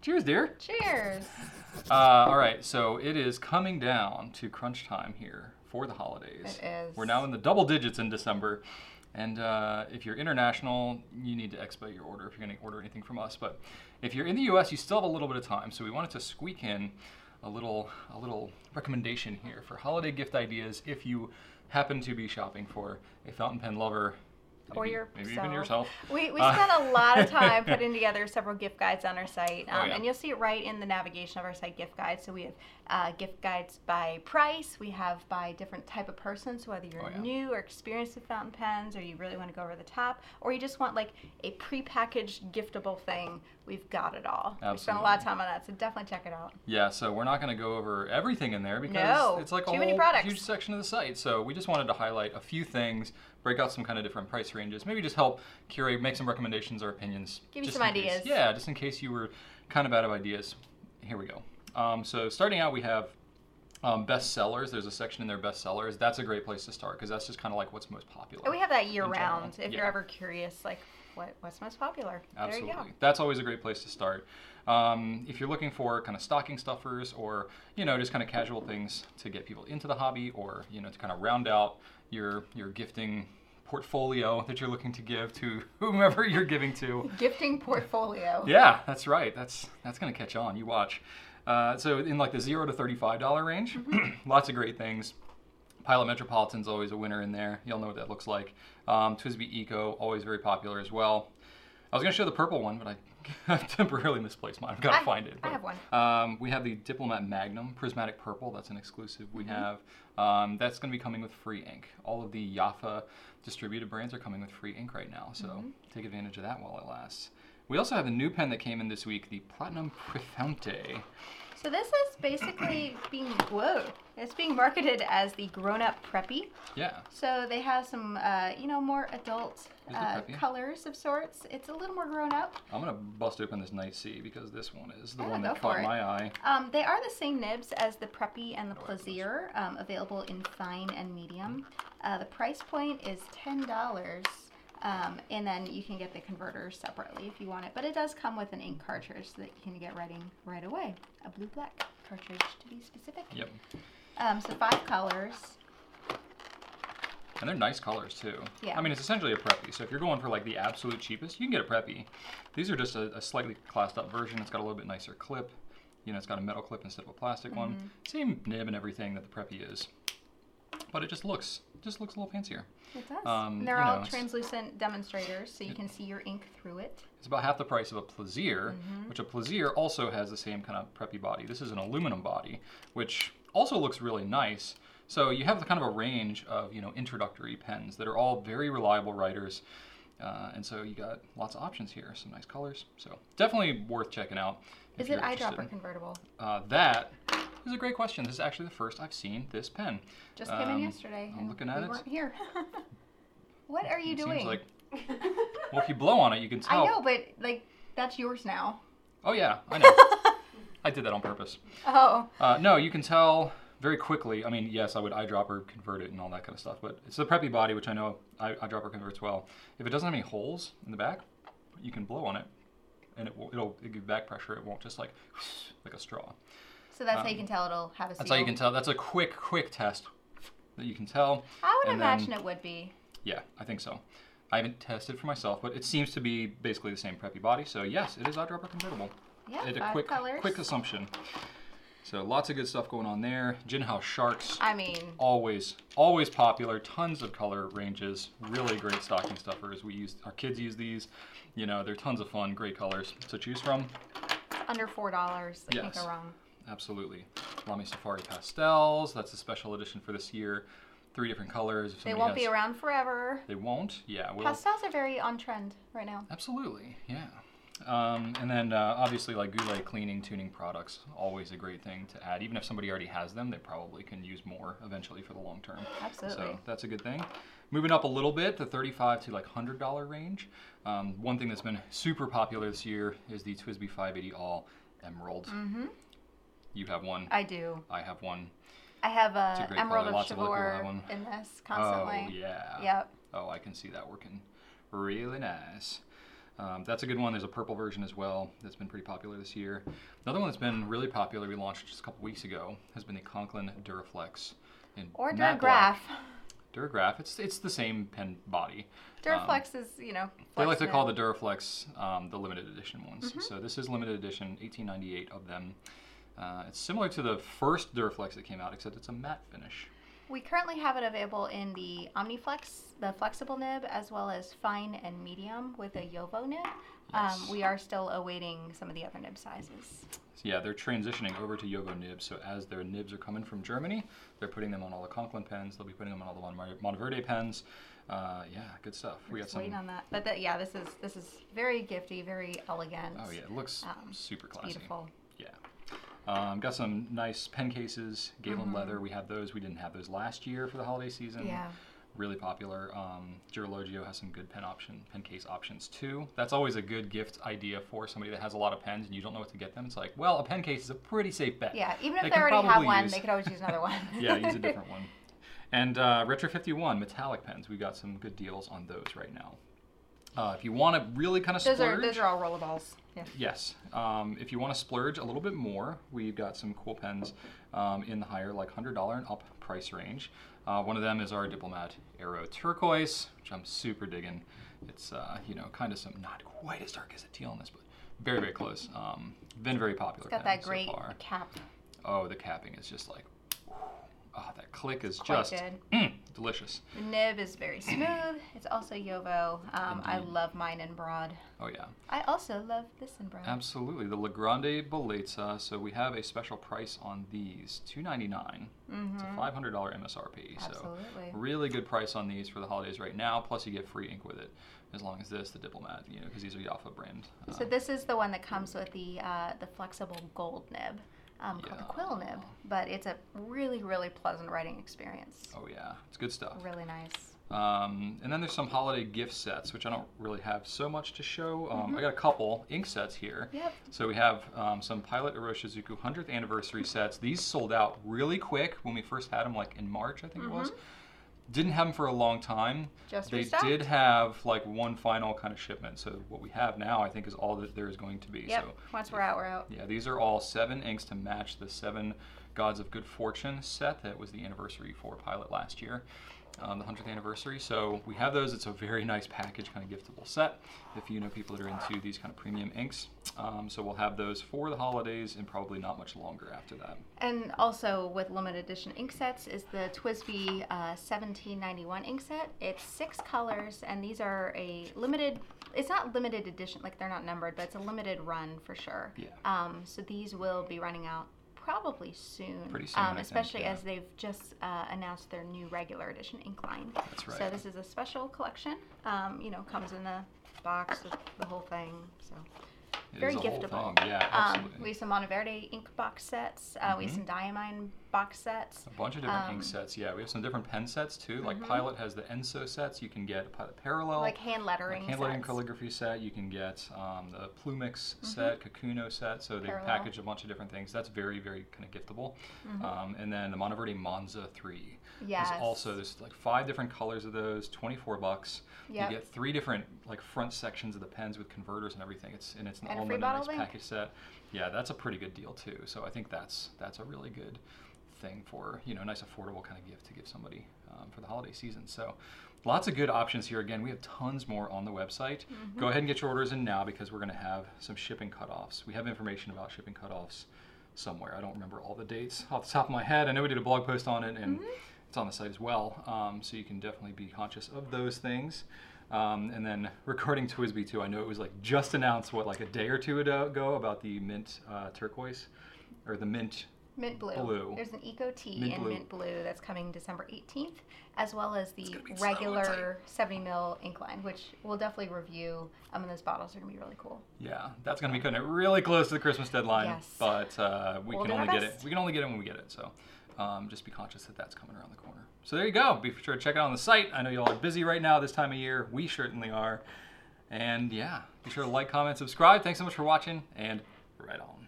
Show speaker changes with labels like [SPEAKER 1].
[SPEAKER 1] Cheers, dear.
[SPEAKER 2] Cheers.
[SPEAKER 1] Uh, all right, so it is coming down to crunch time here for the holidays.
[SPEAKER 2] It is.
[SPEAKER 1] We're now in the double digits in December. And uh, if you're international, you need to expedite your order if you're going to order anything from us. But if you're in the U.S., you still have a little bit of time. So we wanted to squeak in a little a little recommendation here for holiday gift ideas if you happen to be shopping for a fountain pen lover.
[SPEAKER 2] Or
[SPEAKER 1] maybe-
[SPEAKER 2] yourself.
[SPEAKER 1] Maybe even yourself.
[SPEAKER 2] We, we
[SPEAKER 1] Uh,
[SPEAKER 2] spent a lot of time putting together several gift guides on our site, um,
[SPEAKER 1] Oh, yeah.
[SPEAKER 2] and you'll see it right in the navigation of our site gift guide. So we have uh, gift guides by price, we have by different type of person. So whether you're
[SPEAKER 1] Oh, yeah.
[SPEAKER 2] new or experienced with fountain pens, or you really want to go over the top, or you just want like a prepackaged giftable thing, we've got it all. We spent a lot of time on that, so definitely check it out.
[SPEAKER 1] Yeah, so we're not going to go over everything in there because
[SPEAKER 2] No,
[SPEAKER 1] it's like a
[SPEAKER 2] too many
[SPEAKER 1] whole
[SPEAKER 2] products.
[SPEAKER 1] huge section of the site. So we just wanted to highlight a few things, break out some kind of different price ranges, maybe just help curate, make some recommendations or opinions.
[SPEAKER 2] Give you
[SPEAKER 1] just
[SPEAKER 2] some
[SPEAKER 1] in case-
[SPEAKER 2] ideas.
[SPEAKER 1] Yeah, just in case you were kind of out of ideas. Here we go. Um, so starting out, we have um, best sellers. There's a section in there, best sellers. That's a great place to start because that's just kind of like what's most popular.
[SPEAKER 2] And we have that year
[SPEAKER 1] In general,
[SPEAKER 2] round if you're
[SPEAKER 1] yeah.
[SPEAKER 2] ever curious, like what, what's most popular.
[SPEAKER 1] Absolutely.
[SPEAKER 2] There you go.
[SPEAKER 1] That's always a great place to start. Um, if you're looking for kind of stocking stuffers or, you know, just kind of casual things to get people into the hobby or, you know, to kind of round out your your gifting portfolio that you're looking to give to whomever you're giving to.
[SPEAKER 2] Gifting portfolio.
[SPEAKER 1] Yeah, that's right. That's that's gonna catch on. You watch. Uh, so in like the zero to thirty-five dollar range, lots of great things. Pilot Metropolitan's always a winner in there. Y'all know what that looks like. Um, Twisby Eco always very popular as well. I was gonna show the purple one, but I temporarily misplaced mine. I've gotta
[SPEAKER 2] I-
[SPEAKER 1] find it.
[SPEAKER 2] I
[SPEAKER 1] but,
[SPEAKER 2] have one.
[SPEAKER 1] Um, we have the Diplomat Magnum Prismatic Purple. That's an exclusive we
[SPEAKER 2] Mm-hmm.
[SPEAKER 1] have. Um, that's gonna be coming with free ink. All of the Yafa distributed brands are coming with free ink right now, so
[SPEAKER 2] Mm-hmm.
[SPEAKER 1] take advantage of that while it lasts. We also have a new pen that came in this week, the Platinum Prefonte.
[SPEAKER 2] So this is basically being whoa. It's being marketed as the grown-up preppy.
[SPEAKER 1] Yeah.
[SPEAKER 2] So they have some, uh, you know, more adult
[SPEAKER 1] Is it
[SPEAKER 2] uh,
[SPEAKER 1] preppy?
[SPEAKER 2] colors of sorts. It's a little more grown up.
[SPEAKER 1] I'm gonna bust open this night C because this one is the
[SPEAKER 2] Yeah,
[SPEAKER 1] one that
[SPEAKER 2] go
[SPEAKER 1] caught
[SPEAKER 2] for it.
[SPEAKER 1] my eye.
[SPEAKER 2] Um, they are the same nibs as the preppy and the
[SPEAKER 1] I like those.
[SPEAKER 2] plaisir, um, available in fine and medium. Uh, the price point is ten dollars. Um, and then you can get the converter separately if you want it, but it does come with an ink cartridge so that you can get writing right away. A blue-black cartridge, to be specific.
[SPEAKER 1] Yep.
[SPEAKER 2] Um, so five colors.
[SPEAKER 1] And they're nice colors too.
[SPEAKER 2] Yeah.
[SPEAKER 1] I mean, it's essentially a preppy. So if you're going for like the absolute cheapest, you can get a preppy. These are just a, a slightly classed up version. It's got a little bit nicer clip. You know, it's got a metal clip instead of a plastic one. Same nib and everything that the preppy is, but it just looks just looks a little fancier.
[SPEAKER 2] It does.
[SPEAKER 1] Um,
[SPEAKER 2] and they're
[SPEAKER 1] you know,
[SPEAKER 2] all
[SPEAKER 1] it's-
[SPEAKER 2] translucent demonstrators, so you can see your ink through it.
[SPEAKER 1] It's about half the price of a plaisir,
[SPEAKER 2] Mm-hmm.
[SPEAKER 1] which a plaisir also has the same kind of preppy body. This is an aluminum body, which also looks really nice. So you have the kind of a range of you know introductory pens that are all very reliable writers, uh, and so you got lots of options here. Some nice colors, so definitely worth checking out. if
[SPEAKER 2] Is it
[SPEAKER 1] you're interested.
[SPEAKER 2] eyedropper convertible?
[SPEAKER 1] Uh, that is a great question. This is actually the first I've seen this pen.
[SPEAKER 2] Just came in
[SPEAKER 1] Um,
[SPEAKER 2] yesterday.
[SPEAKER 1] I'm
[SPEAKER 2] and
[SPEAKER 1] looking at
[SPEAKER 2] we
[SPEAKER 1] it.
[SPEAKER 2] weren't here. what are you
[SPEAKER 1] it
[SPEAKER 2] doing?
[SPEAKER 1] Seems like, well, if you blow on it, you can tell.
[SPEAKER 2] I know, but like that's yours now.
[SPEAKER 1] Oh yeah, I know. I did that on purpose.
[SPEAKER 2] Oh,
[SPEAKER 1] Uh, no, you can tell very quickly. I mean, yes, I would eyedropper convert it and all that kind of stuff, but it's the preppy body, which I know eye- eyedropper converts well. If it doesn't have any holes in the back, you can blow on it, and it will it'll it'll give back pressure. It won't just like like a straw.
[SPEAKER 2] so that's how you can tell it'll have a seal.
[SPEAKER 1] Um, That's how you can tell. That's a quick quick test that you can tell.
[SPEAKER 2] I would
[SPEAKER 1] and
[SPEAKER 2] imagine
[SPEAKER 1] then-
[SPEAKER 2] it would be.
[SPEAKER 1] Yeah, I think so. I haven't tested for myself, but it seems to be basically the same preppy body. So yes, it is eyedropper convertible.
[SPEAKER 2] Yeah,
[SPEAKER 1] It a
[SPEAKER 2] five
[SPEAKER 1] quick
[SPEAKER 2] colors.
[SPEAKER 1] quick assumption. So lots of good stuff going on there. Jinhouse Sharks.
[SPEAKER 2] I mean,
[SPEAKER 1] always always popular tons of color ranges really great stocking stuffers we use our kids use these you know they're tons of fun great colors to choose from
[SPEAKER 2] under four dollars. I can't
[SPEAKER 1] Yes.
[SPEAKER 2] go wrong.
[SPEAKER 1] absolutely lamy safari pastels that's a special edition for this year three different colors if
[SPEAKER 2] They
[SPEAKER 1] somebody
[SPEAKER 2] won't be
[SPEAKER 1] has-
[SPEAKER 2] around forever.
[SPEAKER 1] they won't yeah we'll,
[SPEAKER 2] Pastels are very on trend right now.
[SPEAKER 1] absolutely yeah um, and then uh, obviously like goulet cleaning tuning products always a great thing to add even if somebody already has them they probably can use more eventually for the long term
[SPEAKER 2] Absolutely.
[SPEAKER 1] So that's a good thing. Moving up a little bit, the 35 to like $100 range. Um, one thing that's been super popular this year is the Twisby 580 All Emerald. Mm-hmm. You have one.
[SPEAKER 2] I do.
[SPEAKER 1] I have one.
[SPEAKER 2] I have
[SPEAKER 1] a
[SPEAKER 2] a
[SPEAKER 1] great
[SPEAKER 2] emerald
[SPEAKER 1] color.
[SPEAKER 2] of
[SPEAKER 1] Lots of other people have
[SPEAKER 2] Chivor
[SPEAKER 1] one.
[SPEAKER 2] in this constantly.
[SPEAKER 1] Oh, yeah.
[SPEAKER 2] Yep.
[SPEAKER 1] Oh, I can see that working really nice. Um, that's a good one. There's a purple version as well that's been pretty popular this year. Another one that's been really popular, we launched just a couple weeks ago, has been the Conklin Duraflex. In
[SPEAKER 2] Or
[SPEAKER 1] matte
[SPEAKER 2] Duragraph.
[SPEAKER 1] black. Duragraph. It's it's the same pen body. Um,
[SPEAKER 2] Duraflex is, you know.
[SPEAKER 1] they like to
[SPEAKER 2] flexible.
[SPEAKER 1] call the Duraflex um, the limited edition ones.
[SPEAKER 2] Mm-hmm.
[SPEAKER 1] So this is limited edition, 1898 of them. Uh, it's similar to the first Duraflex that came out, except it's a matte finish.
[SPEAKER 2] We currently have it available in the Omniflex, the flexible nib, as well as fine and medium with a Yovo nib.
[SPEAKER 1] Yes.
[SPEAKER 2] Um, we are still awaiting some of the other nib sizes.
[SPEAKER 1] So yeah, they're transitioning over to Yovo nibs. So as their nibs are coming from Germany, they're putting them on all the Conklin pens. They'll be putting them on all the Mon- Monteverde pens. Uh, yeah, good stuff. We got
[SPEAKER 2] Just
[SPEAKER 1] some.
[SPEAKER 2] wait on that. But that, yeah, this is this is very gifty, very elegant.
[SPEAKER 1] Oh yeah, it looks
[SPEAKER 2] Um,
[SPEAKER 1] super
[SPEAKER 2] it's
[SPEAKER 1] classy.
[SPEAKER 2] beautiful.
[SPEAKER 1] Yeah. Um, got some nice pen cases, Galen leather. We had those. We didn't have those last year for the holiday season.
[SPEAKER 2] Mm-hmm. Yeah.
[SPEAKER 1] Really popular. Um, Girologio has some good pen option, pen case options too. That's always a good gift idea for somebody that has a lot of pens and you don't know what to get them. It's like, well, a pen case is a pretty safe bet.
[SPEAKER 2] Yeah, even if
[SPEAKER 1] They
[SPEAKER 2] they,
[SPEAKER 1] can
[SPEAKER 2] already have
[SPEAKER 1] probably
[SPEAKER 2] one,
[SPEAKER 1] use-
[SPEAKER 2] they could always use another one.
[SPEAKER 1] yeah, use a different one. And uh, Retro 51 metallic pens. We've got some good deals on those right now. Uh, if you want to really kind of
[SPEAKER 2] those
[SPEAKER 1] splurge,
[SPEAKER 2] are those are all rollaballs. Yeah.
[SPEAKER 1] Yes. Um, if you want to splurge a little bit more, we've got some cool pens um, in the higher, like $100 and up price range. Uh, one of them is our Diplomat Aero Turquoise, which I'm super digging. It's, uh, you know, kind of some, not quite as dark as a teal in this, but very, very close. Um, been very popular.
[SPEAKER 2] Got
[SPEAKER 1] pen
[SPEAKER 2] that great
[SPEAKER 1] So far.
[SPEAKER 2] cap.
[SPEAKER 1] Oh, the capping is just like, oh, that click is
[SPEAKER 2] quite
[SPEAKER 1] just
[SPEAKER 2] good.
[SPEAKER 1] mm, delicious.
[SPEAKER 2] The nib is very smooth. It's also Yovo. Um, I
[SPEAKER 1] Indeed.
[SPEAKER 2] love mine in broad.
[SPEAKER 1] Oh, yeah.
[SPEAKER 2] I also love this in broad.
[SPEAKER 1] Absolutely. The La Grande Boleza. So we have a special price on these, two ninety nine. It's a five hundred dollar MSRP.
[SPEAKER 2] Mm-hmm. Absolutely.
[SPEAKER 1] So really good price on these for the holidays right now. Plus you get free ink with it, as long as this, the Diplomat, you know, because these are Yafa brand. Uh,
[SPEAKER 2] So this is the one that comes with the uh, the flexible gold nib, um, called the quill nib. But it's a really really pleasant writing experience.
[SPEAKER 1] oh yeah, it's good stuff.
[SPEAKER 2] Really nice.
[SPEAKER 1] Um, and then there's some holiday gift sets, which I don't really have so much to show. Um,
[SPEAKER 2] Mm-hmm.
[SPEAKER 1] I got a couple ink sets here.
[SPEAKER 2] Yep.
[SPEAKER 1] So we have um, some Pilot Uroshizuku 100th anniversary sets. These sold out really quick when we first had them, like in March, I think it was. Didn't have them for a long time.
[SPEAKER 2] Mm-hmm. Just
[SPEAKER 1] they
[SPEAKER 2] restocked.
[SPEAKER 1] did have like one final kind of shipment. So what we have now, I think, is all that there is going to be.
[SPEAKER 2] Yep.
[SPEAKER 1] So
[SPEAKER 2] Once we're out, we're out.
[SPEAKER 1] yeah, these are all seven inks to match the seven Gods of Good Fortune set that was the anniversary for Pilot last year, um, the 100th anniversary. So we have those. It's a very nice package, kind of giftable set if you know people that are into these kind of premium inks. Um, so we'll have those for the holidays and probably not much longer after that.
[SPEAKER 2] And also with limited edition ink sets is the Twisby uh, 1791 ink set. It's six colors, and these are a limited. It's not limited edition, like they're not numbered, but it's a limited run for sure.
[SPEAKER 1] Yeah.
[SPEAKER 2] Um, so these will be running out probably soon.
[SPEAKER 1] Pretty soon, I
[SPEAKER 2] Um,
[SPEAKER 1] think,
[SPEAKER 2] especially
[SPEAKER 1] yeah.
[SPEAKER 2] as they've just uh, announced their new regular edition ink line.
[SPEAKER 1] That's right.
[SPEAKER 2] So this is a special collection. Um, you know, comes in a box with the whole thing. So.
[SPEAKER 1] It
[SPEAKER 2] Very
[SPEAKER 1] is a
[SPEAKER 2] giftable.
[SPEAKER 1] Whole thing. Yeah,
[SPEAKER 2] Um,
[SPEAKER 1] absolutely. Mm-hmm.
[SPEAKER 2] we have some Monteverde ink box sets. Uh, We have some Diamine box sets.
[SPEAKER 1] a bunch of different
[SPEAKER 2] um, mm-hmm.
[SPEAKER 1] ink sets. Yeah, we have some different pen sets too. Like Pilot has the Enso sets. You can get Pilot Parallel.
[SPEAKER 2] Like hand lettering.
[SPEAKER 1] Like handwriting
[SPEAKER 2] sets. Mm-hmm.
[SPEAKER 1] calligraphy set. You can get um, the Plumix set, Kakuno set. So they
[SPEAKER 2] Parallel. Mm-hmm.
[SPEAKER 1] package a bunch of different things. That's very, very kind of giftable. Um, and then the Monteverde Monza 3.
[SPEAKER 2] Yes.
[SPEAKER 1] There's also, there's like five different colors of those, 24 bucks.
[SPEAKER 2] Yep.
[SPEAKER 1] You get three different like front sections of the pens with converters and everything. It's And it's an
[SPEAKER 2] And a
[SPEAKER 1] all
[SPEAKER 2] free
[SPEAKER 1] in a
[SPEAKER 2] bottle
[SPEAKER 1] nice
[SPEAKER 2] of ink.
[SPEAKER 1] package set. Yeah, that's a pretty good deal too. So I think that's that's a really good thing for, you know, a nice affordable kind of gift to give somebody um, for the holiday season. So lots of good options here. Again, we have tons more on the website. Go ahead and get your orders in now because we're going to have some shipping cutoffs. We have information about shipping cutoffs somewhere. I don't remember all the dates off the top of my head. I know we did a blog post on it and it's on the site as well. Um, so you can definitely be conscious of those things. Um, and then regarding Twisby too, I know it was like just announced what like a day or two ago about the mint uh, turquoise or the mint.
[SPEAKER 2] Mint blue.
[SPEAKER 1] Blue.
[SPEAKER 2] There's an eco tea
[SPEAKER 1] Mint
[SPEAKER 2] in
[SPEAKER 1] blue.
[SPEAKER 2] mint blue that's coming December 18th, as well as the
[SPEAKER 1] gonna be so
[SPEAKER 2] regular 70 mil ink line, which we'll definitely review. Um, and those bottles are gonna be really cool.
[SPEAKER 1] Yeah, that's gonna be kind of really close to the Christmas deadline,
[SPEAKER 2] Yes.
[SPEAKER 1] but uh, we
[SPEAKER 2] We'll
[SPEAKER 1] can
[SPEAKER 2] do our
[SPEAKER 1] only get it.
[SPEAKER 2] best.
[SPEAKER 1] We can only get it when we get it. So um, just be conscious that that's coming around the corner. So there you go. Be sure to check out on the site. I know y'all are busy right now this time of year. We certainly are. And yeah, be sure to like, comment, subscribe. Thanks so much for watching, and right on.